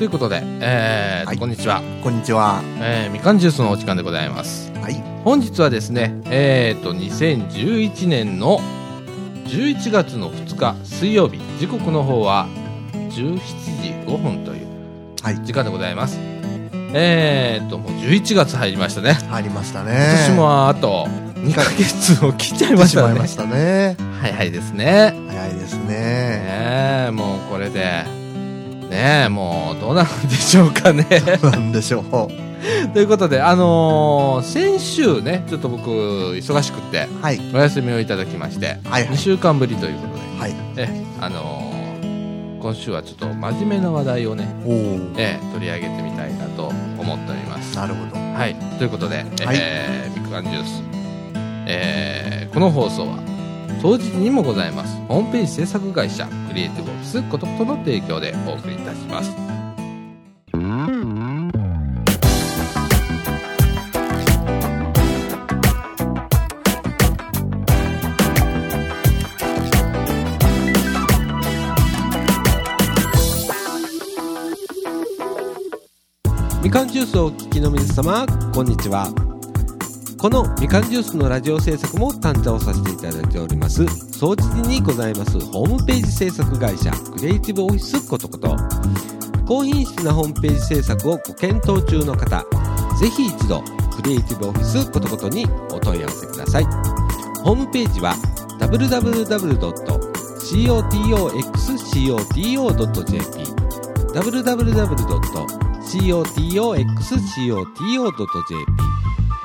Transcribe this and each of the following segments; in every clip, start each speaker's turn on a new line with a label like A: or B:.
A: いうことで、えー
B: はい
A: こんにちは、
B: こんにちは。
A: えーみかんジュースのお時間でございます
B: はい。
A: 本日はですねえっ、と2011年の11月の2日水曜日時刻の方は17時5分という
B: はい
A: 時間でございます、えっ、ともう11月入りましたね
B: 入りましたね。
A: 今年もあと2ヶ月を切っちゃいまし
B: しま
A: た
B: い
A: ね
B: ましたね。
A: 早いですね
B: 早いです ね。
A: ねえもうこれでねえもうどうなるんでしょうかね
B: なんでしょう。
A: ということであのー先週ねちょっと僕忙しくって
B: はい。
A: お休みをいただきまして
B: はいは
A: 2
B: い。
A: 週間ぶりということ
B: はい。
A: で、ええあのー今週はちょっと真面目な話題をね、
B: おお。
A: ええ取り上げてみたいなと思っております。
B: なるほど。
A: はい、ということで、
B: はい
A: えー、ビッグガンジュース、えーこの放送は当日にもございますホームページ制作会社クリエイティブオフィスことことの提供でお送りいたします。
C: みかんジュースをお聞きの皆様こんにちはこのみかんジュースのラジオ制作も担当させていただいております総知事にございますホームページ制作会社クリエイティブオフィスことこと高品質なホームページ制作をご検討中の方ぜひ一度クリエイティブオフィスことことにお問い合わせくださいホームページは www.cotoxcoto.jp www.cotoxcoto.jp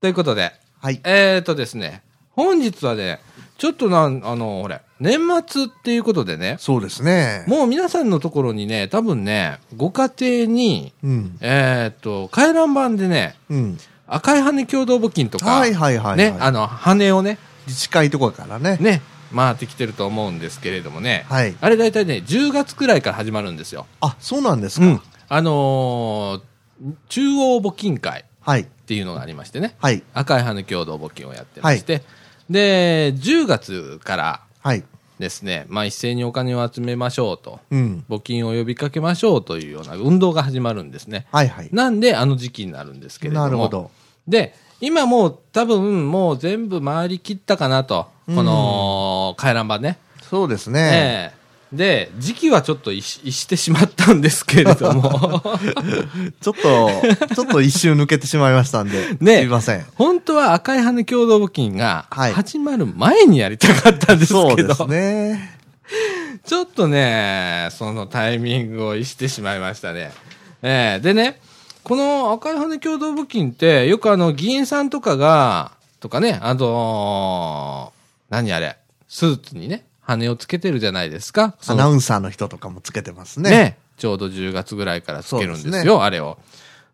A: ということで、
B: はい。
A: えーとですね、本日はね、ちょっとなん、あの、ほれ、年末っていうことでね、
B: そうですね。
A: もう皆さんのところにね、多分ね、ご家庭に、
B: うん。
A: えーと、回覧板でね、
B: うん。
A: 赤い羽共同募金とか、
B: はいはいはいはい
A: ね、あの、羽をね、
B: 自治会とかからね。
A: ね、回ってきてると思うんですけれどもね、
B: はい
A: あれ大体ね、10月くらいから始まるんですよ。
B: あ、そうなんですか。
A: あのー中央募金会
B: はい。
A: っていうのがありましてね、
B: はい。
A: 赤い羽共同募金をやってまして、で、10月から
B: はい。
A: ですね、まあ、一斉にお金を集めましょうと、
B: うん。
A: 募金を呼びかけましょうというような運動が始まるんですね。
B: はいはい。
A: なんで、あの時期になるんですけれども。
B: なるほど。
A: で、今もう多分もう全部回りきったかなと、
B: うん
A: この回覧板ね。
B: そうですね。
A: ええで、時期はちょっと逸し逸してしまったんですけれど も、
B: ちょっ と、ちょっと一周抜けてしまいましたんで。
A: ね
B: すいません。
A: 本当は赤い羽共同募金が
B: はい
A: 始まる前にやりたかったんです
B: そう
A: け
B: で
A: ど、
B: すね。
A: ちょっとね、そのタイミングを逸してしまいましたね。ええでね、この赤い羽共同募金って、よくあの、議員さんとかが、とかね、あのー何あれ、スーツにね、羽をつけてるじゃないですか。
B: ア
A: そ
B: ナ
A: の
B: ウンサーの人とかもつけてます
A: ね
B: ね。
A: ちょうど10月ぐらいからつけるん
B: そう
A: で
B: ですす
A: よ、
B: ね
A: あれを。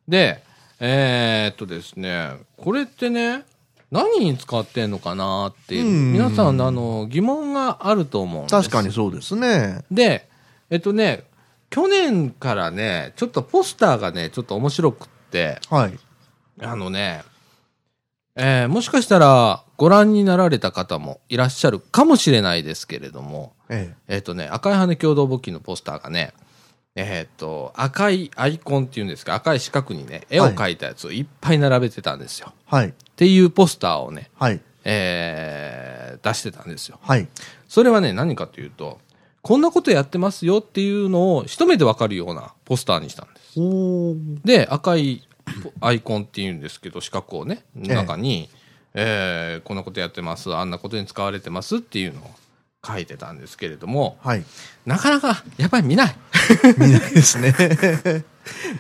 A: で、えーっとですね、これってね、何に使ってんのかなっていう、
B: うん
A: 皆さん、あの、疑問があると思うんです。
B: 確かにそうですね。
A: で、えっとね、去年からね、ちょっとポスターがね、ちょっと面白くって、
B: はい。
A: あのね、えーもしかしたらご覧になられた方もいらっしゃるかもしれないですけれども、
B: え
A: えっとね、赤い羽共同募金のポスターがね、えっと、赤いアイコンっていうんですか、赤い四角にね、絵を描いたやつをいっぱい並べてたんですよ。
B: え。はい。
A: っていうポスターをね、
B: はい。
A: えー出してたんですよ。
B: はい。
A: それはね、何かというと、こんなことやってますよっていうのを一目でわかるようなポスターにしたんです。
B: おー
A: で、赤いポアイコンっていうんですけど、四角をね、
B: え
A: 中に、えーこんなことやってます、あんなことに使われてますっていうのを書いてたんですけれども、
B: はい。
A: なかなかやっぱり見ない。
B: 見ないですね。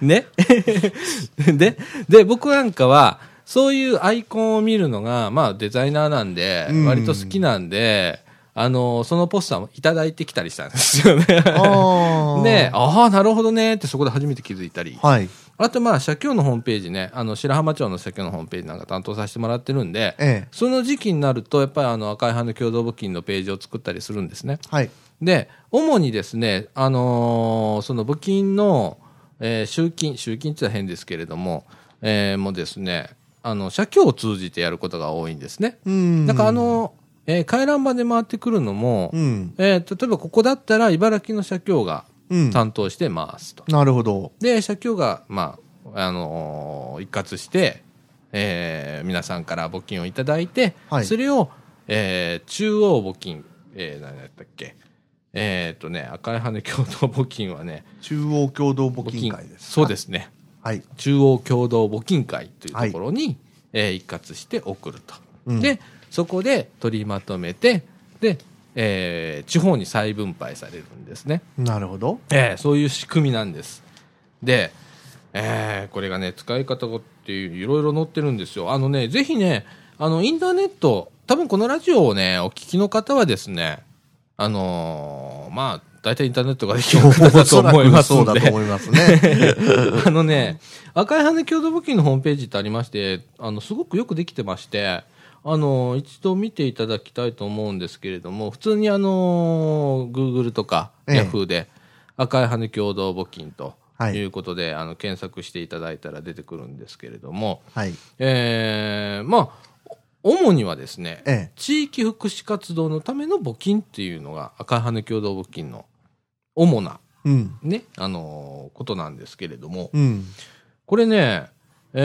A: ね。 で、で、僕なんかは、そういうアイコンを見るのが、まあデザイナーなんで
B: う、ん
A: 割と好きなんで、あの、そのポスターもいただいてきたりしたんですよね。
B: ああ。
A: で、ああ、なるほどねってそこで初めて気づいたり。
B: はい。
A: あとまあ、社協のホームページね、あの、白浜町の社協のホームページなんか担当させてもらってるんで、
B: ええ。
A: その時期になると、やっぱりあの、赤い派の共同募金のページを作ったりするんですね。
B: はい。
A: で、主にですね、あのーその募金の、えー集金、集金って言ったら変ですけれども、えーもうですね、あの、社協を通じてやることが多いんですね。
B: うん。
A: だからあ、の、えー回覧板で回ってくるのも、
B: うん。
A: えー例えばここだったら茨城の社協が
B: うん。
A: 担当してますと。
B: なるほど。
A: で、社協が、まあ、あのー一括して、えー皆さんから募金をいただいて、
B: はい
A: それを、えー中央募金、えー何やったっけ、えーっとね、赤い羽共同募金はね、
B: 中央共同募金会です。
A: そうですね、
B: はい。
A: 中央共同募金会というところに、えー一括して送ると、
B: うん
A: で、そこで取りまとめて、で、えー地方に再分配されるんですね。
B: なるほど。
A: ええそういう仕組みなんです。で、ええこれがね、使い方がっていう、いろいろ載ってるんですよ。あのね、ぜひね、あの、インターネット、多分このラジオをね、お聞きの方はですね、あのーまあ、大体インターネットができる方だと思います
B: お
A: の
B: そらく
A: で、
B: そうだと思います ね。
A: あのね、赤い羽共同募金のホームページってありまして、あの、すごくよくできてまして、あの、一度見ていただきたいと思うんですけれども、普通にあの、Google とか
B: ええ
A: Yahoo で赤い羽共同募金と
B: はい
A: いうことで、あの、検索していただいたら出てくるんですけれども、
B: はい。
A: えーまあ、主にはですね、
B: ええ。
A: 地域福祉活動のための募金っていうのが赤い羽共同募金の主な
B: うん。
A: ね、あのことなんですけれども、
B: うん。
A: これね、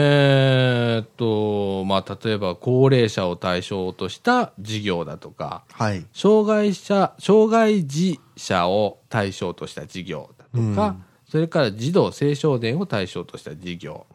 A: えーっと、まあ、例えば高齢者を対象とした事業だとか、
B: はい。
A: 障害者、障害児者を対象とした事業だとか、
B: うん
A: それから児童青少年を対象とした事業、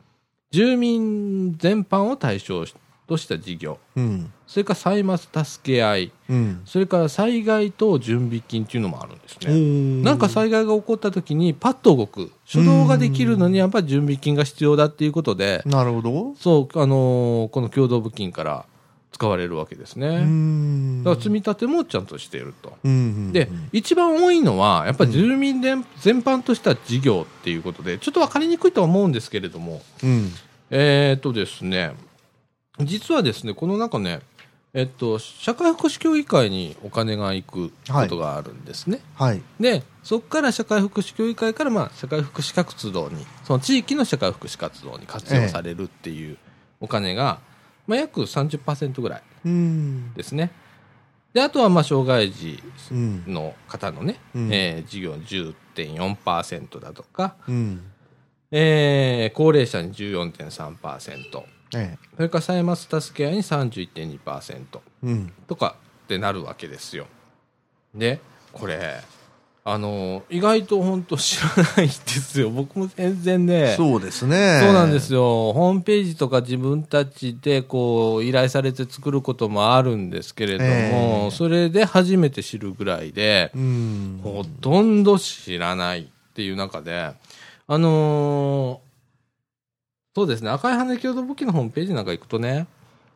A: 住民全般を対象とした事業、
B: うん。
A: それから歳末助け合い、
B: うん。
A: それから災害等準備金っていうのもあるんですね。
B: な
A: なんか、災害が起こった時にパッと動く。初動ができるのにやっぱり準備金が必要だっていうことで、
B: なるほど。
A: そう、あのーこの共同募金から使われるわけです
B: う
A: ね。
B: ん。
A: だから積み立てもちゃんとしていると。
B: うんうん。
A: で、一番多いのは、やっぱり住民で全般とした事業っていうことで、ちょっと分かりにくいとは思うんですけれども、
B: うん。
A: えー、っとですね、実はですね、この中ね、えっと、社会福祉協議会にお金が行くことがあるんですね。
B: はい。
A: でそこから社会福祉協議会からまあ社会福祉活動にその地域の社会福祉活動に活用されるっていうお金が、まあ、約30%ぐらい
B: うん。
A: ですねであとはまあ障害児
B: うん。
A: の方のね、
B: うん
A: えー事業に10.4%だとか、
B: うん。
A: えー高齢者に14.3%
B: ええ。
A: それから歳末助け合いに31.2%
B: うん。
A: とかってなるわけですよ。でこれあの意外と本当知らないんですよ 僕も全然ねそう
B: そうですね。
A: なんですよホームページとか自分たちでこう依頼されて作ることもあるんですけれども、
B: ええ
A: それで初めて知るぐらいで、
B: うん。
A: ほとんど知らないっていう中であのーそうですね赤い羽共同簿記のホームページなんか行くとね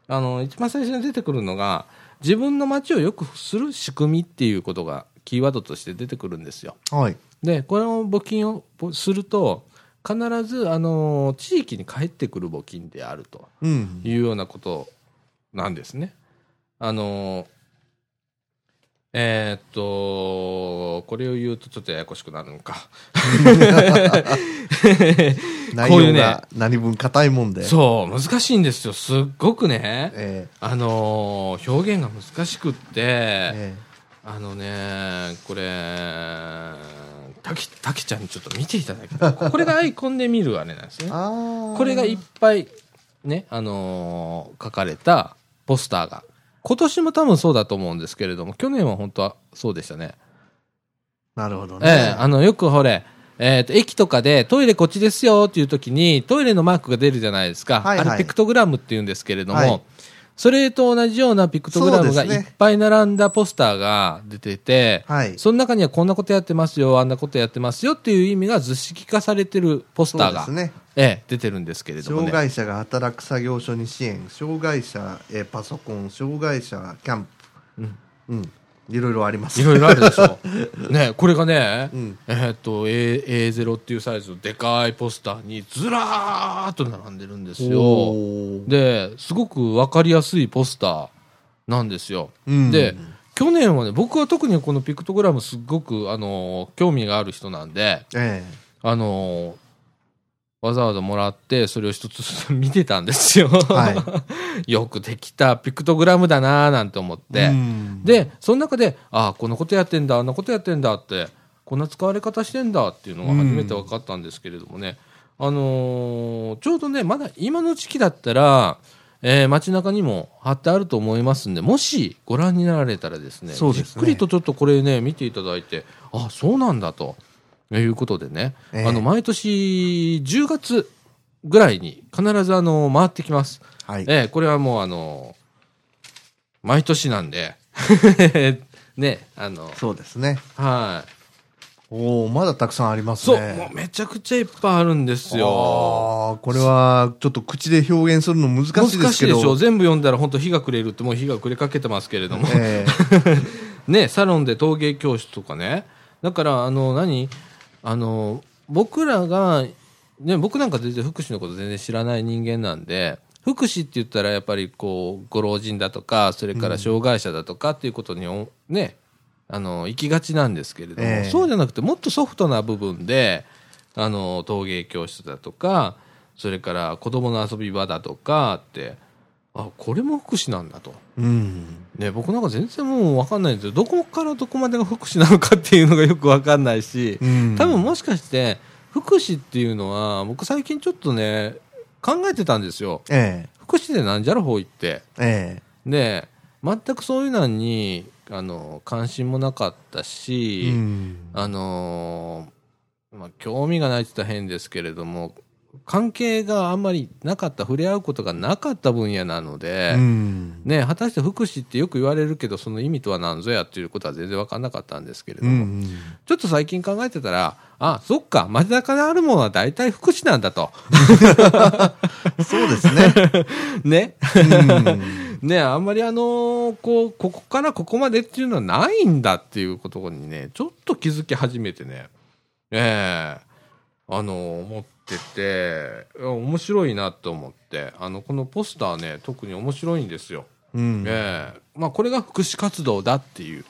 A: あの一番最初に出てくるのが自分の街を良くする仕組みっていうことがキーワードとして出てくるんですよ。
B: はい。
A: でこれを募金をぼすると必ず、あのー地域に帰ってくる募金であると
B: うん。
A: いうようなことなんですね。あのーえーっとこれを言うとちょっとややこしくなるのか。
B: 内
A: こういう
B: 容
A: ね
B: が何分硬いもんで。う。
A: そう難しいんですよすっごくね、
B: え
A: あのー表現が難しくって、
B: え。え
A: あのねこれたけたけちゃんにちょっと見ていただきたいこれがアイコンで見るあれなんです
B: え。
A: ね
B: ああ。
A: これがいっぱいね、あのー書かれたポスターが。今年も多分そうだと思うんですけれども、去年は本当はそうでしたね。
B: なるほどね。
A: ええあの、よくほれ、えっ、と、駅とかでトイレこっちですよっていう時にトイレのマークが出るじゃないですか。
B: はいはい
A: あれ、ペクトグラムって言うんですけれども、
B: はい
A: それと同じようなピクトグラム
B: そ
A: が
B: うです
A: い
B: ね
A: っぱい並んだポスターが出てて、
B: はい
A: その中にはこんなことやってますよ、あんなことやってますよっていう意味が図式化されてるポスターが、
B: そうですね
A: ええ、出てるんですけれども
B: 障
A: ね。
B: 害者が働く作業所に支援障害者えーパソコン障害者キャンプうん、いろいろあります
A: いろいろあるでし ょ。ね、これがね、
B: うん
A: えーっと A A0 っていうサイズのでかいポスターにずらーっと並んでるんですよ。
B: おー
A: ですごく分かりやすいポスターなんですよ。
B: うん
A: で去年はね僕は特にこのピクトグラムすごく、あのー興味がある人なんで、
B: え
A: あのーわざわざもらってそれを一つずつ見てたんですよ。
B: は
A: よくできたピクトグラムだなーなんて思って。
B: えうん
A: でその中でああこのことやってんだあんなことやってんだってこんな使われ方してんだっていうのが初めて分かったんですけれどもね、あのーちょうどねまだ今の時期だったら、えー、街中にも貼ってあると思いますんでもしご覧になられたらですね
B: そうですね
A: じっくりとちょっとこれね見ていただいてあそうなんだということでね、
B: ええ
A: あの毎年10月ぐらいに必ずあの回ってきます。
B: はい
A: ええこれはもうあの毎年なんで ねあの
B: そうですね
A: はい
B: おおまだたくさんあります
A: そう、
B: ね
A: もうめちゃくちゃいっぱいあるんですよ
B: あーこれはちょっと口で表現するの難しいですけ
A: 難
B: ど
A: しいでしょ全部読んだら本当日が暮れるってもう日が暮れかけてますけれども、
B: ええ
A: ねサロンで陶芸教室とかねだからあの何あの僕らがね僕なんか全然福祉のこと全然知らない人間なんで福祉って言ったらやっぱりこうご老人だとかそれから障害者だとかっていうことにお、ねあの行きがちなんですけれども、
B: ええ
A: そうじゃなくてもっとソフトな部分であの陶芸教室だとかそれから子供の遊び場だとかってあこれも福祉なんだと。
B: うん
A: ね、僕なんか全然もう分かんないんですよどこからどこまでが福祉なのかっていうのがよく分かんないし
B: うん
A: 多分もしかして福祉っていうのは僕最近ちょっとね考えてたんですよ
B: え
A: 福祉でなんじゃろほいって
B: ええ
A: で全くそういうのにあの関心もなかった
B: え
A: し、
B: うん
A: あのーまあ、興味がないって言ったら変ですけれども関係があんまりなかった触れ合うことがなかった分野なので、
B: うん
A: ね、果たして福祉ってよく言われるけどその意味とは何ぞやっていうことは全然分かんなかったんですけれど
B: う
A: も、
B: ん
A: ちょっと最近考えてたらあそっか街中にあるものは大体福祉なんだと
B: そうです ね。
A: ね
B: うん
A: ねあんまりあのーこうここからここまでっていうのはないんだっていうことにねちょっと気づき始めてねええあのー思ってていや面白いなと思ってあのこのポスターね特に面白いんですよ。
B: うん
A: ええまあ、これが福祉活動だっていう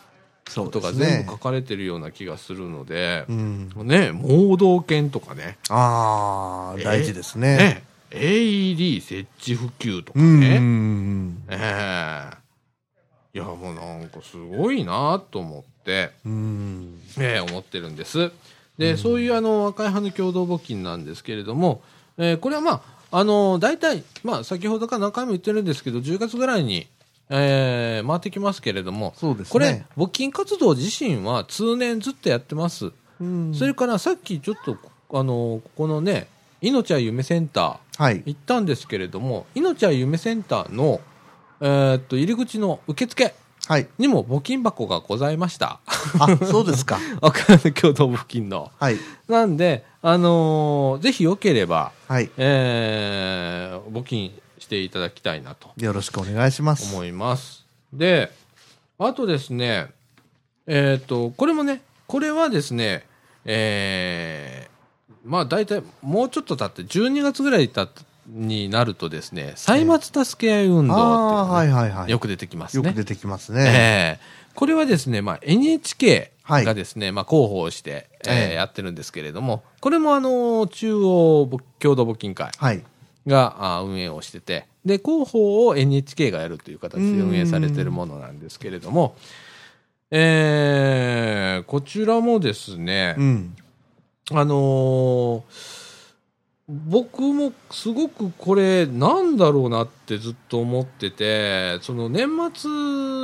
B: そ
A: ことが全部書かれてるような気がするので
B: う、ん。
A: ね、盲導犬とかね
B: ああ、大事ですね。
A: ね AED 設置普及とか
B: うん
A: ね、ええいやもうなんかすごいなと思って、
B: うん。うん。
A: ええ思ってるんですで、そういうあの赤い羽の共同募金なんですけれども、ええこれはまああの大体、まあ、先ほどから何回も言ってるんですけど10月ぐらいに、ええ回ってきますけれども
B: そうですね。
A: これ、募金活動自身は通年ずっとやってます、
B: うん、
A: それからさっきちょっとあのここのねいのちゃん夢センタ
B: はい
A: ー。行ったんですけれどもいのちゃん夢センターの、えーっと入り口の受付
B: はい。
A: にも募金箱がございました
B: あ、そうですか。
A: 赤の共同募金の
B: はい。
A: なんであのーぜひよければ、
B: はい。
A: えー募金していただきたいなと
B: よろしくお願いします。
A: 思います。で、あとですね、えっ、と、これもね、これはですね、えー、まあ大体もうちょっと経って、12月ぐらい経ってになるとですね、歳末助け合い運動っていう
B: ああ
A: の
B: ー、
A: が
B: は
A: ね
B: いはいはい。
A: よ
B: く,、
A: く出てきます
B: よ
A: ね。
B: く出てきます
A: ええ
B: ね。
A: これはですね、まあ、NHK
B: はい
A: がですね、まあ、広報して、えー
B: ええ
A: やってるんですけれども、これもあの、中央募共同募金会
B: はい。
A: があ運営をしててで広報を NHK がやるという形で運営されてるものなんですけれども、えーこちらもですね、
B: うん。
A: あのー僕もすごくこれなんだろうなってずっと思っててその年末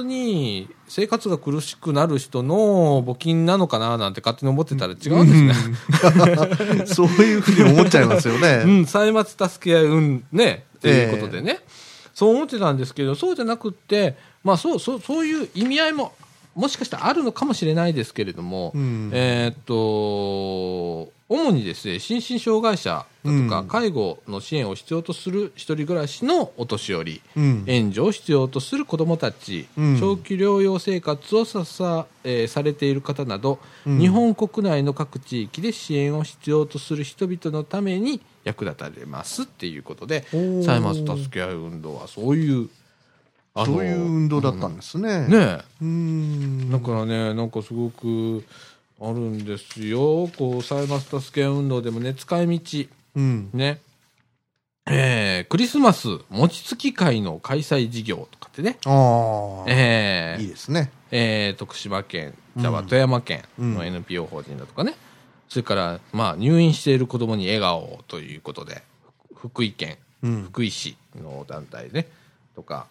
A: に生活が苦しくなる人の募金なのかななんて勝手に思ってたら違うんですね。
B: うんそういうふうに思っちゃいますよね。
A: うん、歳末助け合い運ね、ということでね、そう思ってたんですけど、そうじゃなくって、まあ、そう、そう、そういう意味合いも、もしかしたらあるのかもしれないですけれども、
B: うん
A: えーっと、主にですね、心身障害者だとか、
B: うん
A: 介護の支援を必要とする一人暮らしのお年寄り、
B: うん
A: 援助を必要とする子どもたち、
B: うん
A: 長期療養生活をささ,、えーされている方など、
B: うん
A: 日本国内の各地域で支援を必要とする人々のために役立たれますっていうことで
B: おー
A: 歳末助け合い運動はそういうあの
B: そういう運動だったんですね。
A: うんね
B: う
A: え
B: ん。
A: だからねなんかすごくあるんですよこう歳末助け合い運動でもね使い道
B: うん。
A: ねえークリスマス餅つき会の開催事業とかってね
B: ああ、
A: えー
B: いいですね。
A: えー徳島県じゃあ富山県の
B: うん
A: NPO 法人だとかね、それから、まあ、入院している子どもに笑顔をということでふ福井県
B: うん。
A: 福井市の団体ねとか、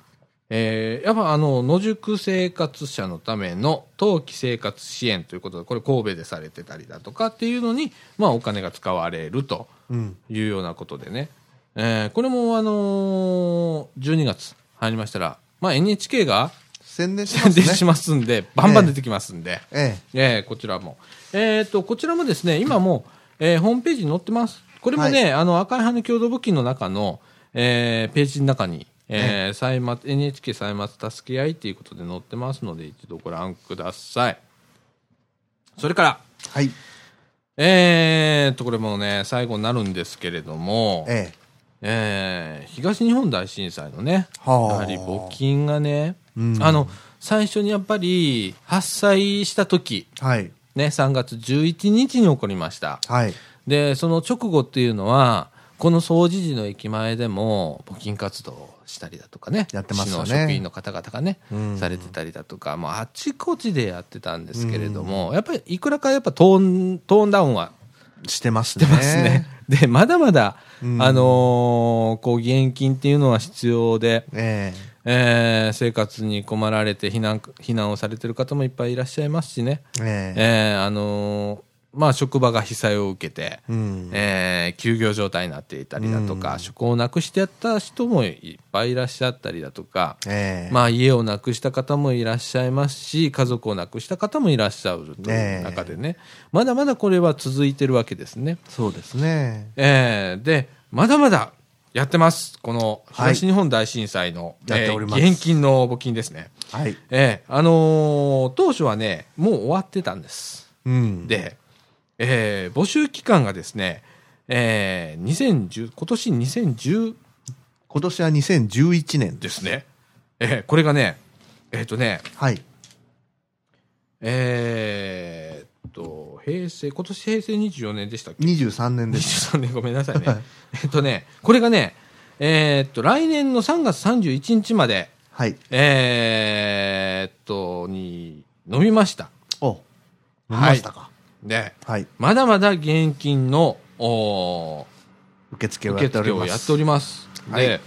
A: えーやっぱあの野宿生活者のための冬季生活支援ということでこれ神戸でされてたりだとかっていうのに、まあ、お金が使われると
B: うん。
A: いうようなことでね、えーこれも、あのー12月入りましたら、まあ、NHK が
B: 宣伝しま
A: 宣
B: すね。
A: 伝しますんで、バンバン出てきますんで、え
B: え
A: えこちらも。えっ、と、こちらもですね、今もう、えーホームページに載ってます。これもね、あの、赤い羽共同募金の中の、えーページの中に、えー歳末、NHK 歳末助け合いということで載ってますので、一度ご覧ください。それから、
B: え。はい。
A: えー、と、これもね、最後になるんですけれども、
B: ええ。
A: えー東日本大震災のね、
B: はあ
A: やはり募金がね、
B: うん
A: あの最初にやっぱり発災した時
B: はい。
A: ね3月11日に起こりました
B: はい。
A: でその直後っていうのはこの総除寺の駅前でも募金活動をしたりだとかね
B: やってますよね
A: 市の職員の方々がね、
B: うん
A: されてたりだとかもうあちこちでやってたんですけれども、やっぱりいくらかやっぱトーントーンダウンは
B: してます
A: 出
B: ね。
A: ますね。 でまだまだ、
B: うん
A: あのーこう義援金っていうのは必要で、
B: え
A: えー生活に困られて避難避難をされてる方もいっぱいいらっしゃいますしね、
B: え。ええ。
A: えーあのーまあ、職場が被災を受けて、
B: うん。
A: えー休業状態になっていたりだとか、
B: うん
A: 職をなくしてやった人もいっぱいいらっしゃったりだとか、
B: ええ。
A: まあ、家をなくした方もいらっしゃいますし家族をなくした方もいらっしゃるという中でねまだまだこれは続いてるわけですね。
B: そうですね。
A: えーで、まだまだやってます。この
B: はい
A: 東日本大震災の、
B: やっております
A: えー義援金の募金ですね。
B: はい。
A: えーあのー当初はね、もう終わってたんです。
B: うん。、
A: で、えー募集期間がですね、えー2010、今年2010
B: 今年は2011年
A: ですね。えーこれがね、えっ、とね、
B: はい。
A: えーっと、平成、今年平成24年でしたっけ
B: 23年です。
A: 23年ごめんなさいね。えっとね、これがね、えーっと、来年の3月31日まで、
B: はい。
A: えーっと、に、飲みました。
B: お、飲みましたか。
A: で、
B: はい。
A: まだまだ現金の、おー
B: 受付をや
A: 受
B: ってお
A: 付
B: り
A: を
B: ます。
A: やっております。
B: はい
A: で、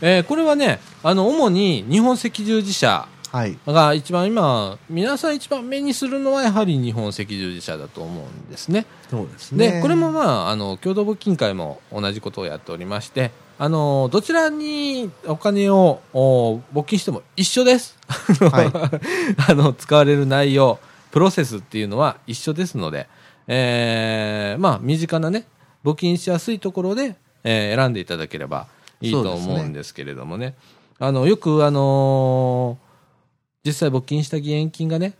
A: えーこれはね、あの、主に日本赤十字社
B: はい。
A: が一番今、皆さん一番目にするのはやはり日本赤十字社だと思うんですね。
B: そうですね。
A: でこれも、まああの共同募金会も同じことをやっておりましてあのどちらにお金をお募金しても一緒です、
B: い
A: あの使われる内容プロセスっていうのは一緒ですので、えーまあ、身近なね募金しやすいところで、えー選んでいただければいいと
B: そう
A: 思
B: です
A: う
B: ね
A: んですけれどもねあのよく、あのー実際募金した義援金がね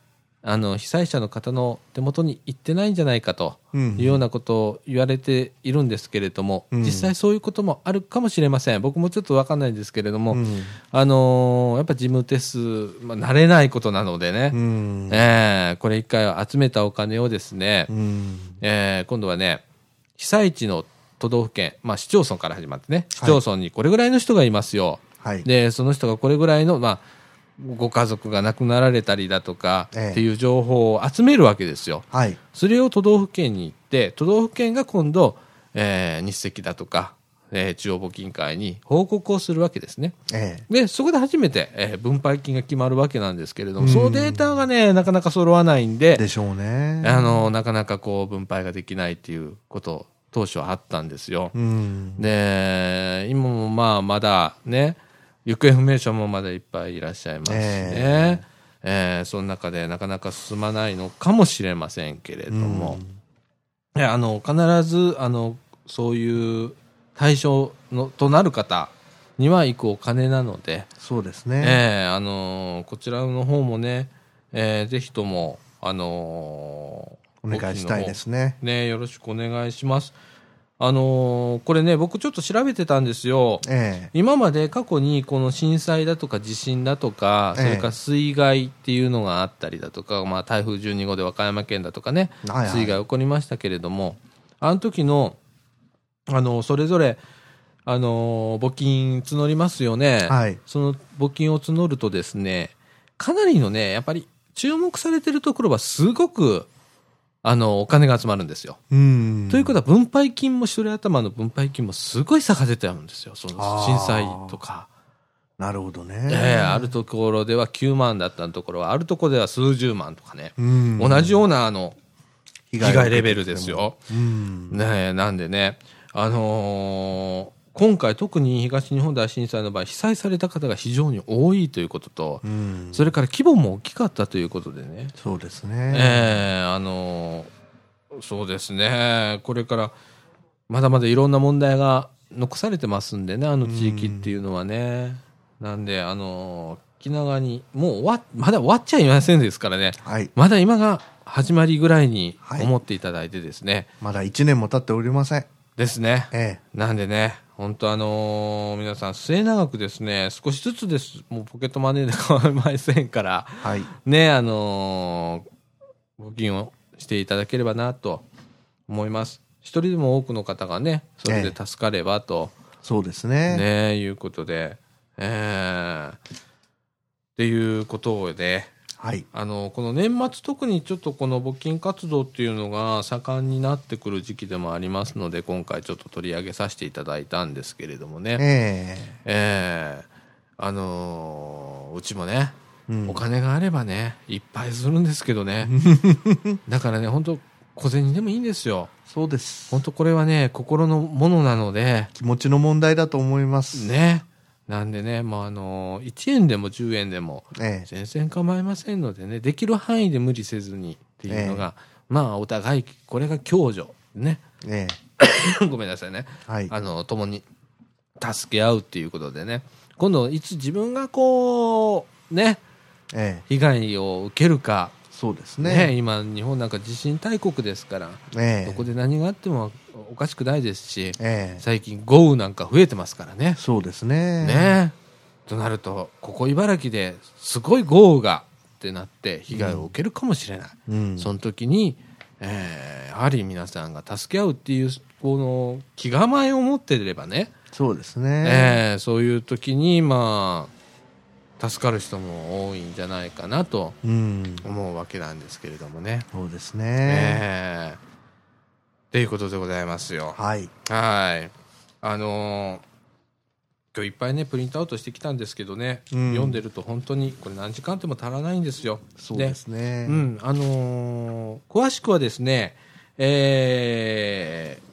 A: あの被災者の方の手元に行ってないんじゃないかと
B: うんうん
A: いうようなことを言われているんですけれども、
B: うん
A: 実際そういうこともあるかもしれません僕もちょっと分かんないですけれども、
B: うん
A: あのーやっぱ事務手数、まあ、慣れないことなのでね、
B: うん。
A: えーこれ一回集めたお金をですね、
B: うん。
A: えー今度はね、被災地の都道府県、まあ、市町村から始まってね、市町村にこれぐらいの人がいますよ、
B: はい。
A: でその人がこれぐらいの、まあ、ご家族が亡くなられたりだとか、
B: ええ
A: っていう情報を集めるわけですよ。
B: はい。
A: それを都道府県に行って都道府県が今度、えー日赤だとか、えー中央募金会に報告をするわけですね。
B: ええ。
A: でそこで初めて、えー分配金が決まるわけなんですけれども、
B: うん
A: そのデータがねなかなか揃わないん
B: でしょうね。
A: あ、のなかなかこう分配ができないっていうこと当初はあったんですよ。
B: うん。
A: で今もまあまだね行方不明者もまだいっぱいいらっしゃいますしね
B: え。
A: えーその中でなかなか進まないのかもしれませんけれども、えあの必ずあのそういう対象のとなる方には行くお金なので、
B: そうですね。
A: ええあのーこちらの方もね、えーぜひとも、あのー
B: お願いしたいです
A: ね。
B: ね。
A: ね、よろしくお願いします。あのーこれね、僕ちょっと調べてたんですよ。
B: え
A: 今まで過去にこの震災だとか地震だとか、
B: ええ
A: それから水害っていうのがあったりだとか、まあ、台風12号で和歌山県だとかね、
B: はいはい
A: 水害起こりましたけれども、あの時の、あの、それぞれ、あの、募金募りますよね。
B: はい
A: その募金を募るとですね、かなりのね、やっぱり注目されてるところはすごく、あの、お金が集まるんですよ。
B: えうん。
A: ということは分配金も一人頭の分配金もすごい差が出てあるんですよ。その
B: あー
A: 震災とか。
B: なるほどね。
A: ええあるところでは9万だったところは、あるところでは数十万とかね。
B: うん
A: 同じようなあの、被
B: 被
A: 害レベルですよ。
B: うん。
A: ねえ、なんでね、あのー今回特に東日本大震災の場合、被災された方が非常に多いということと、
B: うん。
A: それから規模も大きかったということでね、
B: そうですね。
A: ええあのーそうですね、これからまだまだいろんな問題が残されてますんでね、あの地域っていうのはね。なんで、あのー、沖縄に、もう終わ、まだ終わっちゃいませんですからね、
B: はい。
A: まだ今が始まりぐらいに
B: はい
A: 思っていただいてですね、
B: まだ1年も経っておりません。
A: ですね。
B: え
A: なんでね、本当あのー皆さん末永くですね、少しずつです、もうポケットマネーで構いませんから、
B: え。はい。
A: ね、あのー募金をしていただければなと思います。一人でも多くの方がね、それで助かればと、
B: そうです
A: ね
B: ね。
A: いうことで、えーっていうことで、
B: はい。
A: あのこの年末特にちょっとこの募金活動っていうのが盛んになってくる時期でもありますので今回ちょっと取り上げさせていただいたんですけれどもね、
B: え
A: えーあのーうちもね、
B: うん
A: お金があればねいっぱいするんですけど ねだからね本当小銭でもいいんですよ
B: え。そうです。
A: 本当これはね心のものなので
B: 気持ちの問題だと思います。。
A: ねなんでね、まああのー1円でも10円でも
B: ええ。
A: 全然構いませんのでねできる範囲で無理せずにっていうのが、まあお互いこれが共助ね
B: え
A: ごめんなさいね、
B: え。はい。
A: あの共に助け合うっていうことでね今度いつ自分がこうね
B: ええ。
A: 被害を受けるか、
B: そうです
A: ね
B: ね。
A: 今日本なんか地震大国ですから、
B: ええ。
A: どこで何があってもおかしくないですし、
B: ええ。
A: 最近豪雨なんか増えてますからね。
B: そうですね。
A: ねとなるとここ茨城ですごい豪雨がってなって被害を受けるかもしれない、
B: うん。
A: その時に、えーやはり皆さんが助け合うっていうこの気構えを持っていればね、
B: そうです
A: え
B: ね。
A: ーそういう時にまあ助かる人も多いんじゃないかなと
B: うん。
A: 思うわけなんですけれどもね。
B: そうです
A: え
B: ね。
A: ーっていうことでございますよ。
B: はい。
A: はい。あのー今日いっぱいね、プリントアウトしてきたんですけどね、
B: うん
A: 読んでると本当に、これ何時間でも足らないんですよ。
B: そうですね。
A: うん、あのー詳しくはですね、えー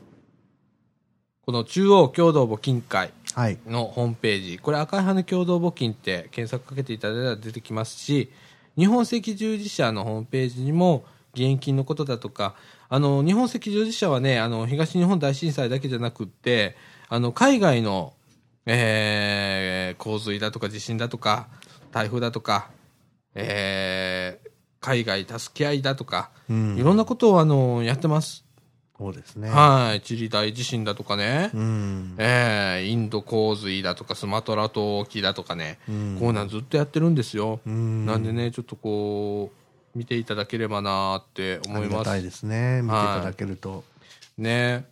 A: この中央共同募金会
B: はい。
A: のホームページ、これ赤い羽共同募金って検索かけていただいたら出てきますし、日本赤十字社のホームページにも、義援金のことだとか、あの、日本赤十字社はね、あの、東日本大震災だけじゃなくって、あの、海外の、えー洪水だとか地震だとか、台風だとか、えー海外助け合いだとか、
B: うん
A: いろんなことをあの、やってます。
B: そうですね。
A: はい。チリ大地震だとかね。
B: うん。
A: ええインド洪水だとかスマトラ島沖だとかね、
B: うん
A: こうなんずっとやってるんですよ、
B: うん
A: なんでねちょっとこう見ていただければなーって思い
B: ありが
A: ます
B: たいですね。見ていただけると。
A: ね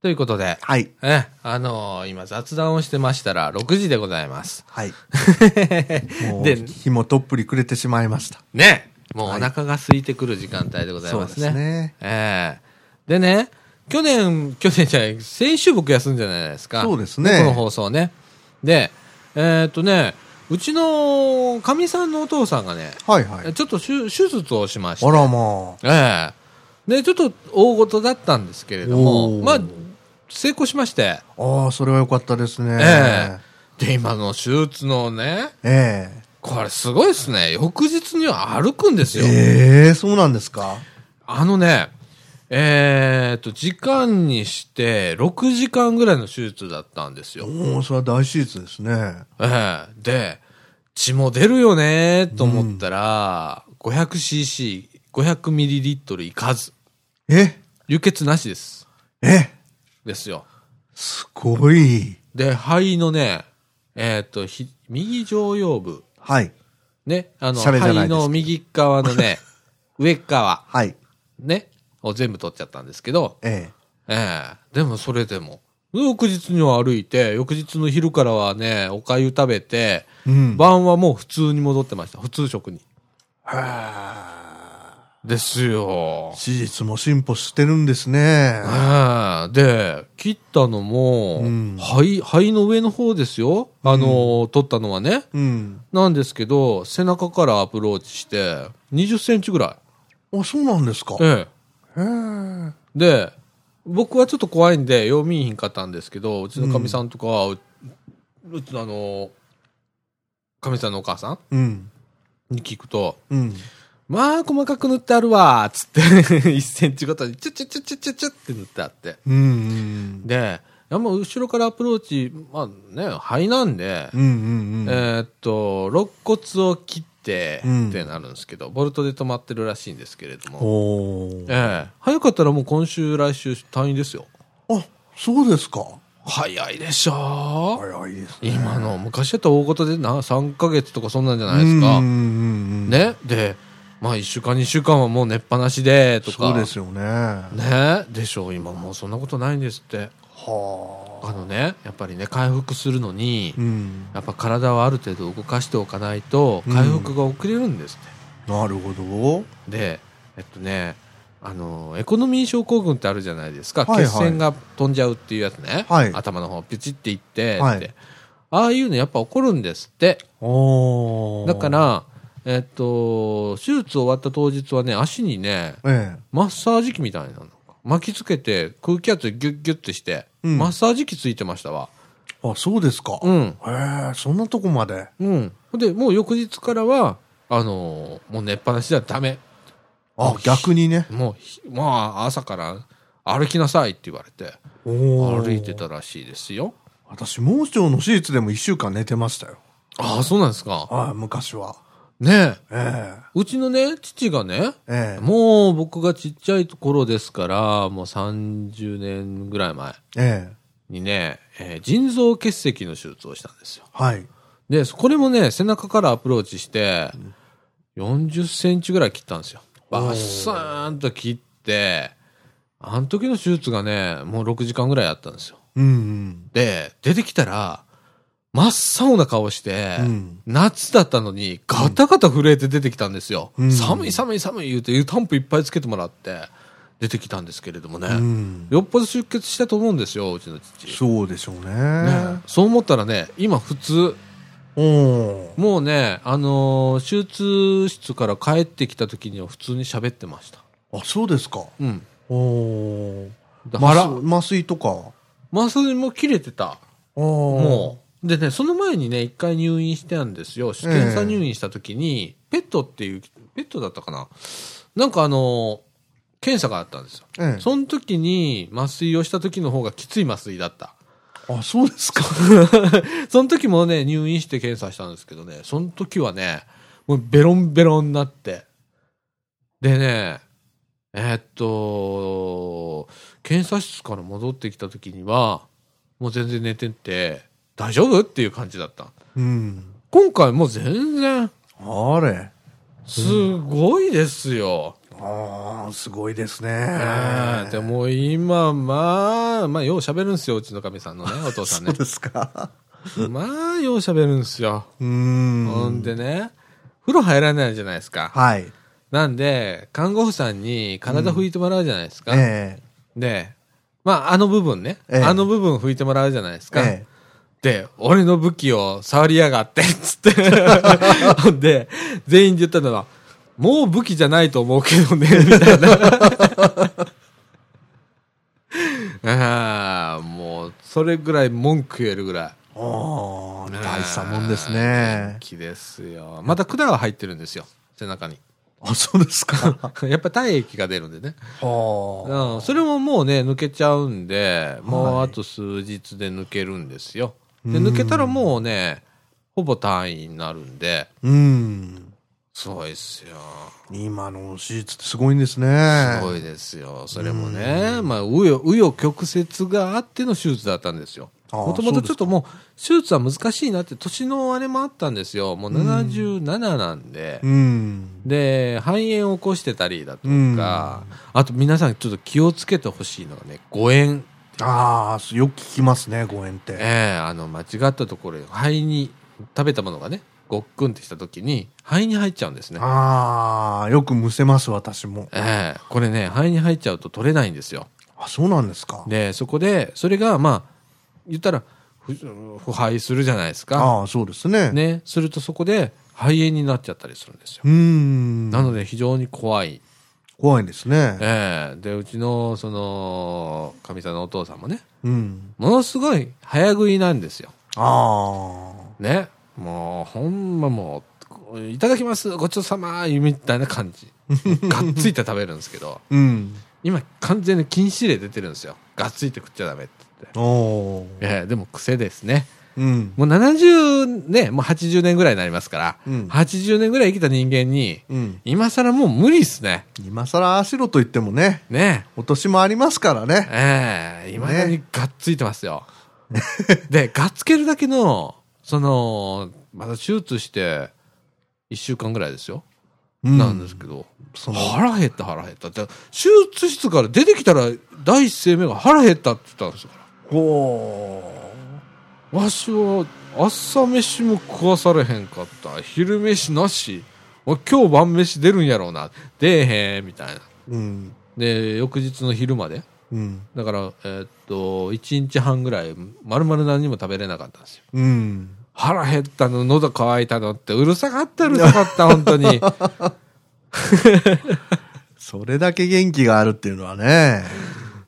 A: ということで、
B: はい。
A: え、あのー今雑談をしてましたら、6時でございます。
B: はい。も
A: で
B: う、紐とっぷりくれてしまいました。
A: ね、もうお
B: はい
A: 腹が空いてくる時間帯でございますね。
B: そうですね
A: ええでね、去年、去年じゃない、先週僕休んじゃないですか。
B: そうですね
A: この放送ね。で、えーっとね、うちのかみさんのお父さんがね、
B: はいはい。
A: ちょっと手手術をしまして
B: あ、らまあ。
A: ええで、ちょっと大事だったんですけれども、
B: おー
A: まあ、成功しまして、
B: ああ、それは良かったですね。
A: ええで、今の手術のね、
B: え
A: これすごいですね。翌日には歩くんです
B: え
A: よ。
B: ええそうなんですか
A: あのね、えー、っと、時間にして6時間ぐらいの手術だったんですよ。
B: おお、それは大手術ですね。
A: ええで、血も出るよねと思ったら、500cc、500ml いかず、
B: え
A: 輸血なしです。
B: え
A: ですよ。
B: すごい。
A: で、肺のね、えー、っと、ひ右上葉部、
B: はい。
A: ね、あの、
B: シャレじゃないで
A: 肺
B: すか
A: の右側の ね、上側、
B: はい。
A: ね、を全部取っちゃったんですけど、
B: ええ
A: ええでもそれでも。翌日には歩いて、翌日の昼からはね、お粥食べて、
B: うん
A: 晩はもう普通に戻ってました。普通食に。
B: はあ。
A: ですよ。
B: 手術も進歩してるんですね。
A: ええで、切ったのも、
B: うん
A: 肺、肺の上の方ですよ。あの、取ったのはね。
B: うん。
A: なんですけど、背中からアプローチして、20センチぐら
B: あ、そうなんですか
A: い。。ええ
B: へえ。
A: で、僕はちょっと怖いんで、読みひんかったんですけど、うちのかみさんとかは、ううちのあの、かみさんのお母さん
B: うん。
A: に聞くと、
B: うん。
A: まあ、細かく塗ってあるわ、つって、1セン チごとに、チュチュチュチュチュチュって塗ってあって。
B: うん。
A: で、あんま後ろからアプローチ、まあね、肺なんで、
B: うんうんうん。
A: えーっと、肋骨を切って、
B: うん
A: ってなるんですけど、ボルトで止まってるらしいんですけれども、
B: お
A: ええ
B: ー
A: 早かったらもう今週、来週、退院ですよ。
B: あ、そうですか。
A: 早いでしょ
B: 早いですね。
A: 今の昔だったら大事でな3ヶ月とかそんなんじゃないで
B: う
A: す
B: ん
A: か、
B: うんうん。。
A: ねでまあ1週間2週間はもう寝っぱなしでとか
B: そうですよね。は
A: ねでしょう今もうそんなことないんですって
B: あ。
A: あのねやっぱりね回復するのに、
B: うん。
A: やっぱ体はある程度動かしておかないと回復が遅れるんですって、
B: なるほど。
A: でえっとねあのエコノミー症候群ってあるじゃないですか、
B: はいはい
A: 血栓が飛んじゃうっていうやつね、
B: はい
A: 頭の方ピチっていってって、
B: はい
A: ああいうのやっぱ起こるんですって
B: おー
A: だか、ら、ええっと、手術終わった当日はね、足にね、
B: え
A: マッサージ機みたいなのか巻きつけて空気圧ギュッギュッてして、
B: うん
A: マッサージ機ついてましたわ。
B: え。あ、そうですか。
A: う
B: へ
A: ん。
B: え、そんなとこまで。
A: うん。で、もう翌日からは、あのーもう寝っぱなしじゃダメ。
B: あ、逆にね。
A: もうひ、まあ、朝から歩きなさいって言われて、
B: おー
A: 歩いて。たらしいですよ。
B: 私、盲腸の手術でも一週間寝てましたよ。
A: ああ、そうなんですか。
B: はい、昔は。
A: ねえ。
B: ええ。
A: うちのね、父がね、
B: ええ。
A: もう僕がちっちゃい頃ですから、もう30年ぐらい前
B: ええ。
A: にね、えー腎臓結石の手術をしたんですよ。
B: はい。
A: で、これもね、背中からアプローチして、40センチぐらい切ったんですよ。バッサーンと切って、あの時の手術がね、もう6時間ぐらいあったんですよ。
B: うん
A: で、出てきたら、真っ青な顔して、
B: うん
A: 夏だったのにガタガタ震えて出てきたんですよ。
B: うん
A: 寒い寒い寒い言うて湯たんぽいっぱいつけてもらって出てきたんですけれどもね、
B: うん。うん。
A: よっぽど出血したと思うんですよ、うちの父。
B: そうでしょうね。
A: ねそう思ったらね、今普通、
B: おー
A: もうね、あのー手術室から帰ってきた時には普通に喋ってました。
B: あ、そうですか。
A: うん。
B: おー
A: だ
B: 麻
A: から
B: 酔麻酔とか。
A: 麻酔も切れてた。
B: も
A: もう。でね、その前にね、一回入院してたんですよ。検査入院した時に、ペットっていう、ペットだったかななんかあのー検査があったんですよ。
B: う、ええ
A: その時に麻酔をした時の方がきつい麻酔だった。
B: あ、そうですか。
A: その時もね、入院して検査したんですけどね、その時はね、もうベロンベロンになって。でね、えーっと、検査室から戻ってきた時には、もう全然寝てて、大丈夫っていう感じだった。
B: うん。
A: 今回もう全然、
B: あれ。
A: すごいですよ。
B: ああ、すごいですね。
A: えーでも今、まあ、まあ、よう喋るんすよ、うちのかみさんの ね、お父さん
B: そ
A: ね
B: う。ですか。
A: まあ、よう喋るんすよ。
B: うーん。
A: ほんでね、風呂入らないじゃないですか。
B: はい。
A: なんで、看護婦さんに体拭いてもらうじゃないですか。
B: え
A: で、まあ、あの部分ね、
B: ええ
A: あの部分拭いてもらうじゃないです
B: ええ
A: か。
B: え
A: で、俺の武器を触りやがって、つって。 ほんで、全員で言ったのは、もう武器じゃないと思うけどね、みたい な。ああ、もう、それぐらい文句言えるぐらい。
B: ああ、大したもんですね
A: 元。気ですよ。また管が入ってるんですよ、背中に。
B: あ、そうです か。あ
A: やっぱ体液が出るんでね。
B: あ。
A: うん、それももうね、抜けちゃうんで、もう
B: はい
A: あと数日で抜けるんですよ。で、
B: うん
A: 抜けたらもうね、ほぼ単位になるんで、
B: うん。
A: すごいですよ。
B: 今の手術ってすごいんですね。
A: すごいですよ。それもね、まあ、紆余、紆余曲折があっての手術だったんですよ。
B: あー
A: もともとちょっともう、手術は難しいなって、年のあれもあったんですよ。もう77なんで、
B: うん。
A: で、肺炎を起こしてたりだとか、あと皆さんちょっと気をつけてほしいのがね、誤炎。
B: ああ、よく聞きますね、ご縁って。
A: ええあの、間違ったところに、肺に、食べたものがね、ごっくんってした時に、肺に入っちゃうんですね。
B: ああ、よくむせます、私も。
A: ええこれね、肺に入っちゃうと取れないんですよ。
B: あ、そうなんですか。
A: で、そこで、それが、まあ、言ったら、ふ腐敗するじゃないですか。
B: ああ、そうですね。
A: ね、するとそこで、肺炎になっちゃったりするんですよ。
B: うーん。
A: なので、非常に怖い。
B: 怖いですね。
A: ええで、うちの、その、かみさんのお父さんもね、
B: うん。
A: ものすごい早食いなんですよ。
B: ああ。
A: ねもうほんまもういただきますごちそうさまみたいな感じがっついて食べるんですけど
B: うん。
A: 今完全に禁止令出てるんですよがっついて食っちゃダメって言って
B: おお。
A: ええでも癖ですね
B: うん。
A: もう70ねもう80年ぐらいになりますから、
B: うん
A: 80年ぐらい生きた人間に、
B: うん。
A: 今更もう無理っすね
B: 今更ああしろと言ってもね、
A: ね
B: お年もありますからね。
A: ええいまだにがっついてますよ。で、がっつけるだけの、その、まだ手術して、1週間ぐらいですよ。
B: うん
A: なんですけど、
B: その
A: 腹減った腹減ったって、手術室から出てきたら、第一声目が腹減ったって言ったんですよ。
B: お
A: わしは、朝飯も食わされへんかった。昼飯なし。お今日晩飯出るんやろうな。出えへん、みたいな。
B: うん。
A: で、翌日の昼まで。
B: うん。
A: だから、えーっと、1日半ぐらい、まるまる何にも食べれなかったんですよ。
B: うん。
A: 腹減ったの、喉乾いたのって、うるさかった、うるさかった、本当 に。
B: それだけ元気があるっていうのはね、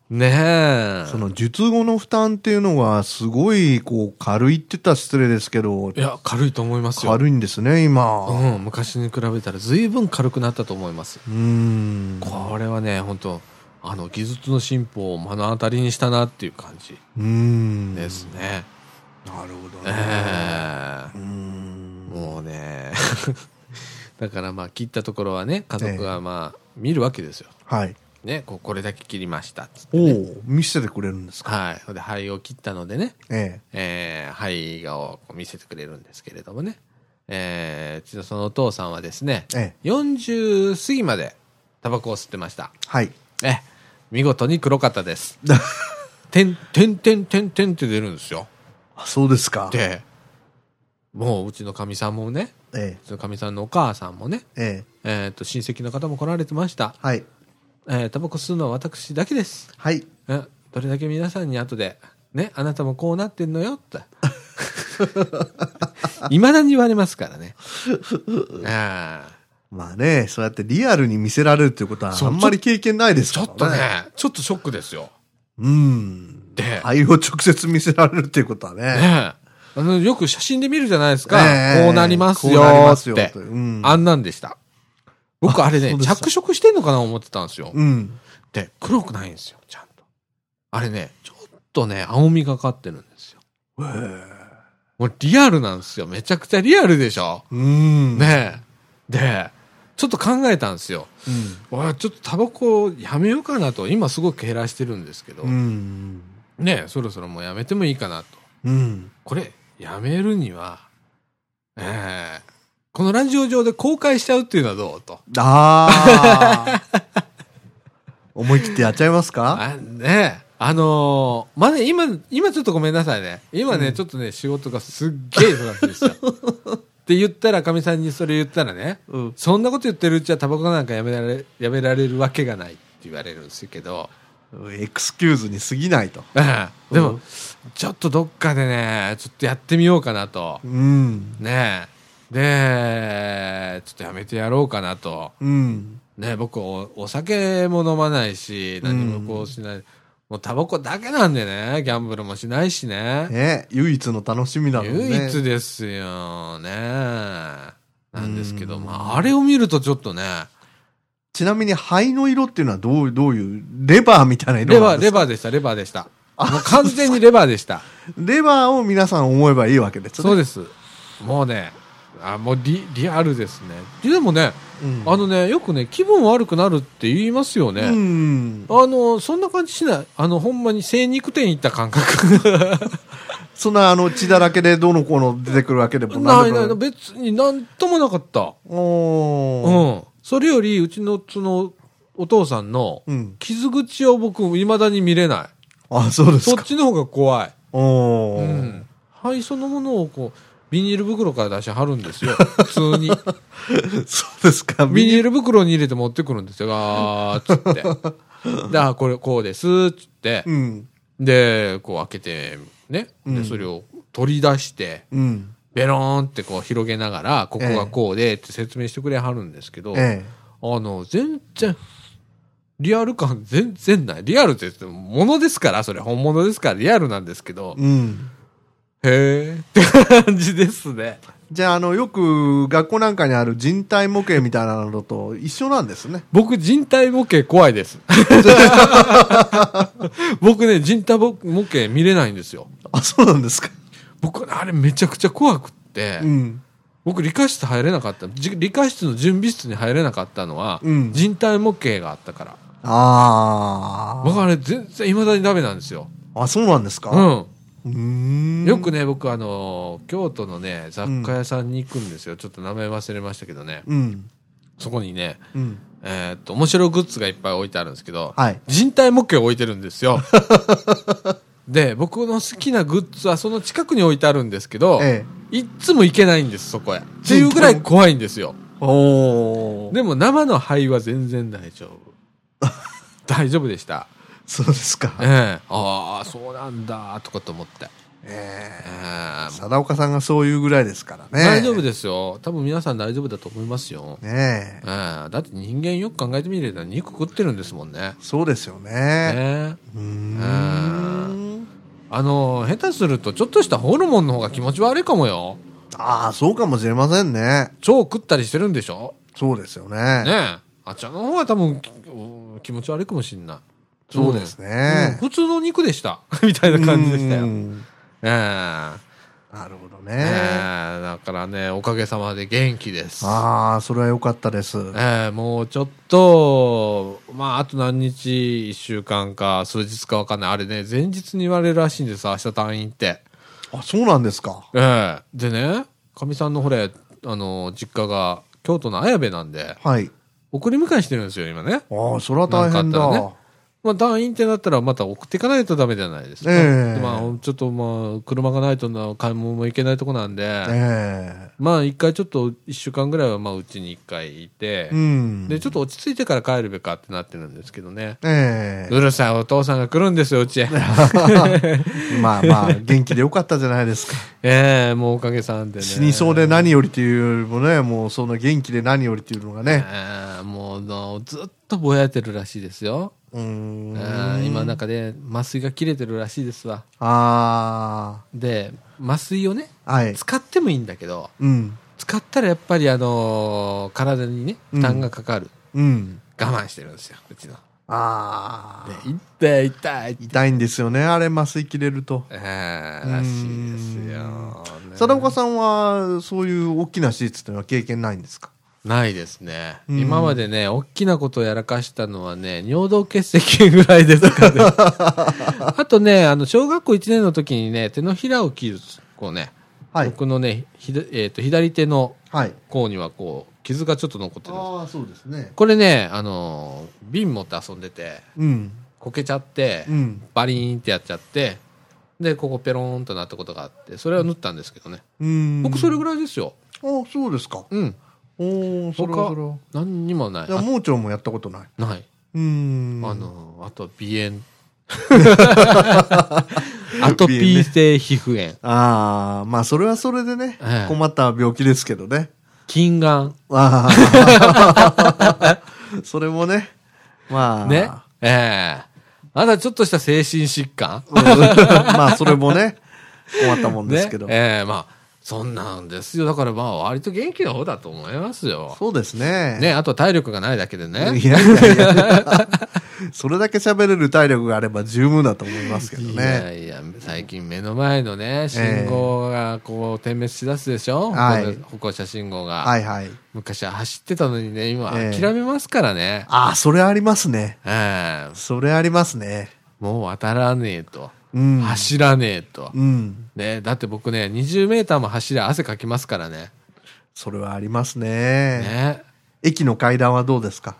A: ねえ。
B: その術後の負担っていうのはすごいこう軽いって言ったら失礼ですけど
A: い、や、軽いと思いますよ。
B: 軽いんですね、今。う
A: うん、昔に比べたら随分軽くなったと思います。
B: ーん。
A: これはね、本当あの、技術の進歩を目の当たりにしたなっていう感じ
B: うーん。な
A: で
B: る
A: すね。
B: ほど
A: え
B: ね。
A: え
B: うーん。
A: もうね、 だからまあ切ったところはね、家族がまあ見るわけですよ。
B: はい。
A: ね、こうこれだけ切りましたっつって
B: お
A: ね、
B: お、見せてくれるんですか。
A: はい。それで肺を切ったのでね、
B: え
A: えー、肺をこう見せてくれるんですけれどもね、えー、うちのそのお父さんはですね、
B: え。ええ。
A: 40過ぎまでタバコを吸ってました。
B: はい。
A: え、見事に黒かったです。てん、てんてんてんてんって出るんですよ。
B: あそうですか。え
A: で、もううちのかみさんもね、
B: え。
A: うちのかみさんのお母さんもね、
B: ええ。
A: えっ、と、親戚の方も来られてました。
B: はい。
A: えー、タバコ吸うのは私だけです。
B: はい。
A: えどれだけ皆さんに後で、ね、あなたもこうなってんのよって。 いまだに言われますからね。ああ
B: まあね、そうやってリアルに見せられるっていうことは
A: そう
B: あんまり経験ないです
A: ち
B: か
A: ょ
B: ら
A: っとね、ちょっとショックですよ。
B: うん。
A: で
B: 肺を直接見せられるっていうことは
A: ねえ
B: ね。
A: あの、よく写真で見るじゃないですか。
B: ええ
A: こうなりますよ
B: こうなりま
A: っ
B: すよ
A: て。
B: とうん
A: あんなんでした。僕あれね
B: そう、でした
A: 着色してんのかな思ってたんですよ。
B: うん。
A: で、黒くないんですよ、ちゃんと。あれね、ちょっとね、青みがかってるんですよ。
B: へえ
A: もうリアルなんですよ。めちゃくちゃリアルでしょ。
B: うん。。
A: ねえ。で、ちょっと考えたんですよ。
B: うん。
A: わあちょっとタバコやめようかなと。今すごく減らしてるんですけど。
B: うん。
A: ねえ、そろそろもうやめてもいいかなと。
B: うん。
A: これ、やめるには、えーこのラジオ上で公開しちゃうっていうのはどうと。
B: ああ。 思い切ってやっちゃいますか
A: あねあのーまだ、今、今ちょっとごめんなさいね。今ね、ちょっとね、仕事がすっげえ忙しいです よ。って言ったら、かみさんにそれ言ったらね、
B: うん
A: そんなこと言ってるうちはタバコなんかやめられ、やめられるわけがないって言われるんですけど、
B: エクスキューズに過ぎないと。
A: うんで
B: う
A: も
B: ん、
A: ちょっとどっかでね、ちょっとやってみようかなと
B: う。ん。
A: ねえ。で、ちょっとやめてやろうかなと。
B: うん。
A: ね、僕お、お酒も飲まないし、何もこうしない。もうタバコだけなんでね、ギャンブルもしないしね。
B: ね、唯一の楽しみだもんね。
A: 唯一ですよ、ね。なんですけど、
B: うん
A: まあ、あれを見るとちょっとね、
B: ちなみに肺の色っていうのはどうどういう、レバーみたいな
A: レ
B: 色
A: バ
B: な
A: ー、
B: んで
A: レ
B: すか
A: バーでした、レバーでした。もう完全にレバーでした。
B: レバーを皆さん思えばいいわけですね。
A: そう
B: で
A: です。もうね、あ、もうリ、リアルですね。でもね、
B: す。うん、
A: あのね、よくね、気分悪くなるって言いますよね。
B: うん。
A: あの、そんな感じしない。あの、ほんまに精肉店行った感覚。
B: そんなあの血だらけでどうのこうの出てくるわけでも
A: な
B: ないい
A: ない
B: でも
A: 別になんともなかった。う
B: おー。
A: ん。それより、うちの、その、お父さんの
B: うん。、
A: 傷口を僕、未だに見れな
B: あ、そう
A: い。
B: です
A: そっ
B: か。
A: ちの方が怖い。
B: お
A: う
B: ー。
A: ん。肺そのものを、こう、ビニール袋から出しはるん ですよ。普通に。
B: そうですか。
A: ビニール袋に入れて持ってくるんですよ。ガーッつっ て。で、あ、これ、こうです、つって。
B: うん。
A: で、こう開けて、ね。
B: う
A: で、
B: ん
A: それを取り出して、
B: うん。
A: ベローンってこう広げながら、ここがこうでって説明してくれはるんですけど、
B: ええ。
A: あの、全然、リアル感全然ない。リアルって言っても、ものですから、それ本物ですから、リアルなんですけど、
B: うん。
A: へーって感じですね。
B: じゃあ、あの、よく学校なんかにある人体模型みたいなのと一緒なんですね。
A: 僕、人体模型怖い です。僕ね、人体模型見れないんですよ。
B: あ、そうなんですか。
A: 僕、あれめちゃくちゃ怖くって、
B: うん。
A: 僕、理科室入れなかった。じ理科室の準備室に入れなかったのは、
B: うん
A: 人体模型があったから。
B: あ
A: 僕あれ全然未だにダメなんですよ。
B: あ。あ、そうなんですか。
A: うん。
B: うーん。
A: よくね、僕あのー、京都のね、雑貨屋さんに行くんですよ。ちょっと名前忘れましたけどね。
B: うん。
A: そこにね、
B: うん。
A: えーっと、面白いグッズがいっぱい置いてあるんですけど、
B: はい
A: 人体模型を置いてるんですよ。 で、僕の好きなグッズはその近くに置いてあるんですけど、
B: ええ。
A: いっつも行けないんです、そこへ。っていうぐらい怖いんですよ。
B: おー。
A: でも生の灰は全然大丈夫。 大丈夫でした。
B: そうですか。
A: ええああ、そうなんだ、とかと思って。
B: え
A: え
B: ー、貞岡さんがそういうぐらいですからね。
A: 大丈夫
B: で
A: ですよ。多分皆さん大丈夫だと思いますよ。
B: す。ねえ
A: ええだって人間よく考えてみれば肉食ってるんですもんね。
B: そうですよ
A: ね
B: ね。
A: え
B: うーん。
A: あの、下手するとちょっとしたホルモンの方が気持ち悪いかもよ。
B: ああ、そうかもしれませんね。
A: 腸食ったりしてるんでしょ
B: そうですよね。
A: ねえ。あっちらの方が多分きうん気持ち悪いかもしんない。
B: そうです
A: うん
B: ね。
A: 普通の肉でした。 みたいな感じでしたよ。
B: う
A: え
B: ん
A: え
B: なるほど
A: え
B: ね。
A: えだからね、おかげさまで元気です。
B: ああ、それは良かったです。
A: ええもうちょっと、まあ、あと何日、一週間か、数日かわかんない。あれね、前日に言われるらしいんです、明日退院って。
B: あ、そうなんですか。
A: ええでね、かみさんのほれ、あの、実家が京都の綾部なんで、
B: はい。
A: 送り迎えしてるんですよ、今ね。
B: ああ、それは大
A: な
B: 変
A: んかあ
B: だ
A: っ。まあ、退院ってなったら、また送っていかないとダメじゃないですか。
B: ええ
A: でまあ、ちょっとまあ、車がないとな、買い物も行けないとこなんで、
B: え
A: まあ、一回ちょっと、一週間ぐらいは、まあ、うちに一回いて、
B: えうん。
A: で、ちょっと落ち着いてから帰るべかってなってるんですけどね。
B: ええ
A: うるさいお父さんが来るんですよ、う ちへ。
B: まあまあ、元気でよかったじゃないです か。
A: ええもうおかげさんでね。
B: 死にそうで何よりというよりもね、もうその元気で何よりというのが
A: え
B: ね。
A: えもうの、ずっとぼやいてるらしいですよ。
B: うーん。
A: ええ今なんかね、麻酔が切れてるらしいですわ。
B: あ
A: で、麻酔をね、
B: あ、はい。
A: 使ってもいいんだけど、
B: うん。
A: 使ったらやっぱりあのー体にね、負担がかかる。
B: うん。
A: 我慢してるんですよ、うちの。
B: あ
A: で痛
B: あ。
A: い痛い。
B: 痛いんですよね、あれ麻酔切れると。
A: ええらしいですよ、ね
B: 貞岡さんは、そういう大きな手術というのは経験ないんですか
A: ないですね。
B: うん
A: 今までね、大きなことをやらかしたのはね、尿道結石ぐらいですか ね。あとね、あの、小学校1年の時にね、手のひらを切る、こうね、
B: はい。
A: 僕のね、ひどえーと左手の
B: はい。
A: 甲にはこう、傷がちょっと残ってるんです。
B: あ、そうですね。
A: これね、あのー瓶持って遊んでて、
B: うん。
A: こけちゃって、
B: うん。
A: バリーンってやっちゃって、で、ここペローンとなったことがあって、それは縫ったんですけどね。
B: うん。
A: 僕それぐ
B: らい。
A: らいですよ。
B: あそうですか。
A: うん。
B: おおそれはそれは
A: 他。、何にもない。
B: いや、
A: あ
B: 盲腸もやったことない。
A: ない。
B: うん。
A: あ、の、あと鼻 炎。アトピー性皮膚炎。
B: ああ、まあ、それはそれでね、
A: ええ
B: 困った病気ですけどね。
A: 近眼。
B: あ あそれもね、まあ、
A: ね。ええまだちょっとした精神疾患
B: うん まあ、それもね、困ったもん
A: ね
B: ですけど。
A: ええまあ、そんなんですよ。だからまあ、割と元気な方だと思いますよ。
B: そうですね。
A: ね、あと体力がないだけでね
B: い。やいやいや それだけ喋れる体力があれば十分だと思いますけど
A: い
B: ね。
A: やいや、最近目の前のね、信号がこう点滅しだすでしょ、
B: はい
A: 歩行者歩行者信号が。
B: はいはい。
A: 昔は走ってたのにね、今
B: ええ
A: 諦めますからね。
B: ああ、それありますね。
A: ええ
B: それありますね。
A: もう渡らねえと。
B: うん。
A: 走らねえと。
B: うん。
A: ね、だって僕ね、20メーターも走りゃ汗かきますからね。
B: それはありますね。
A: ね。
B: 駅の階段はどうですか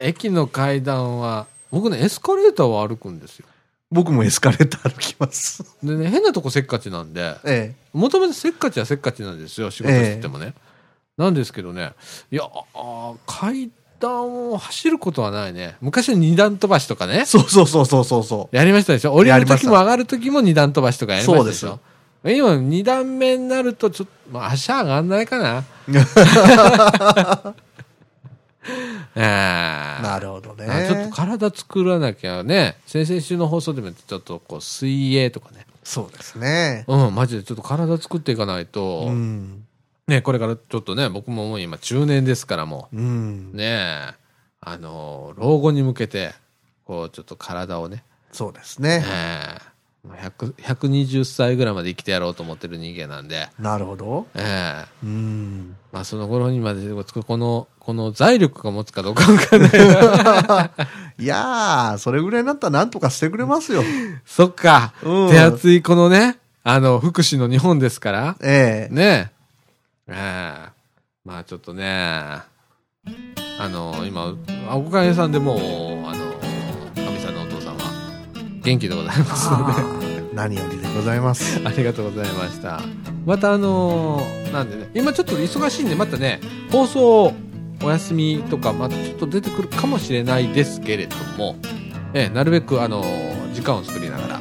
A: 駅の階段は、僕ね、エスカレーターを歩くんですよ。
B: 僕もエスカレーター歩きます。
A: でね、変なとこせっかちなんで、
B: え
A: もともとせっかちはせっかちなんですよ、仕事しててもね。なんですけどね、いや、あー階段を走ることはないね。昔は二段飛ばしとかね
B: え。。そうそうそうそうそうそ
A: やりましたでしょ降りる
B: やりまし
A: 時
B: た
A: も上がる時も二段飛ばしとかやりましたでしょ
B: そう
A: 今二段目になるとちょっと、まあ、足上がんないかな。
B: う。
A: な
B: なるほどね。
A: ちょっと体作らなきゃね、先々週の放送でもちょっとこう水泳とかね、
B: そうですね。
A: うん、マジでちょっと体作っていかないと、
B: うん。
A: ね、これからちょっとね、僕ももう今中年ですからも
B: う
A: う、
B: ん。
A: ねえ、あの、老後に向けて、こうちょっと体をね、
B: そうですね。
A: ええもう100 120歳ぐらいまで生きてやろうと思ってる人間なんで、
B: なるほど。
A: ええ
B: うん。
A: まあその頃にまで、この、この財力が持つかどうかわかんない な。
B: いやー、それぐらいになったらなんとかしてくれますよ。
A: そっか、
B: うん
A: 手厚いこのね、あの、福祉の日本ですから、
B: ええ
A: ねえ。ええまあちょっとね、あの、今、あおかげさんでもう、あの、かみさんのお父さんは元気でござい ますので。
B: 何よりでございます。
A: ありがとうございました。またあのーなんでね、今ちょっと忙しいんで、またね、放送お休みとか、またちょっと出てくるかもしれないですけれども、ええなるべくあのー時間を作りながら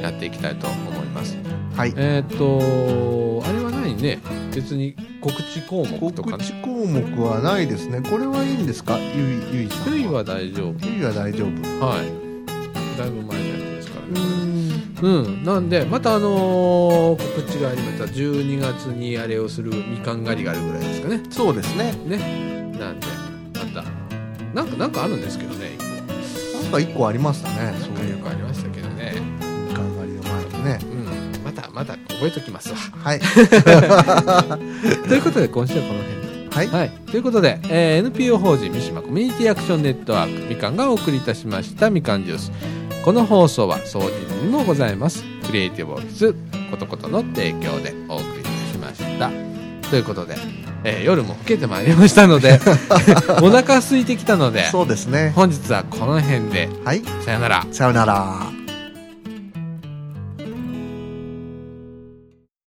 A: やっていきたいと思います。
B: はい
A: えーっと、あれはないね。別に告知項目とか
B: 告
A: ね。
B: 知項目はないですねこれはいいんですかゆいゆいさん
A: ゆいは大丈夫。
B: ゆいは大丈夫
A: はい。だいぶ前のやつですからね。
B: ん
A: うん、なんでまたあのー告知がありました12月にあれをするみかん狩りがあるぐらいですかね
B: そうですね
A: ねなんでまたなんかなんかあるんですけどね一個
B: なんか一個ありましたねそう
A: そう
B: い
A: いううかありましたけどね
B: 頑張りの前にね
A: うんまたまた覚えときますわ
B: はい
A: ということで今週はこの辺で
B: はい
A: はい、ということで、えー NPO 法人三島コミュニティアクションネットワークみかんがお送りいたしましたみかんジュースこの放送は掃除にもございますクリエイティブオフィスことことの提供でお送りいたしましたということで、えー夜も更けてまいりましたのでお腹空いてきたので
B: そうですね
A: 本日はこの辺で
B: はい
A: さよなら
B: さよなら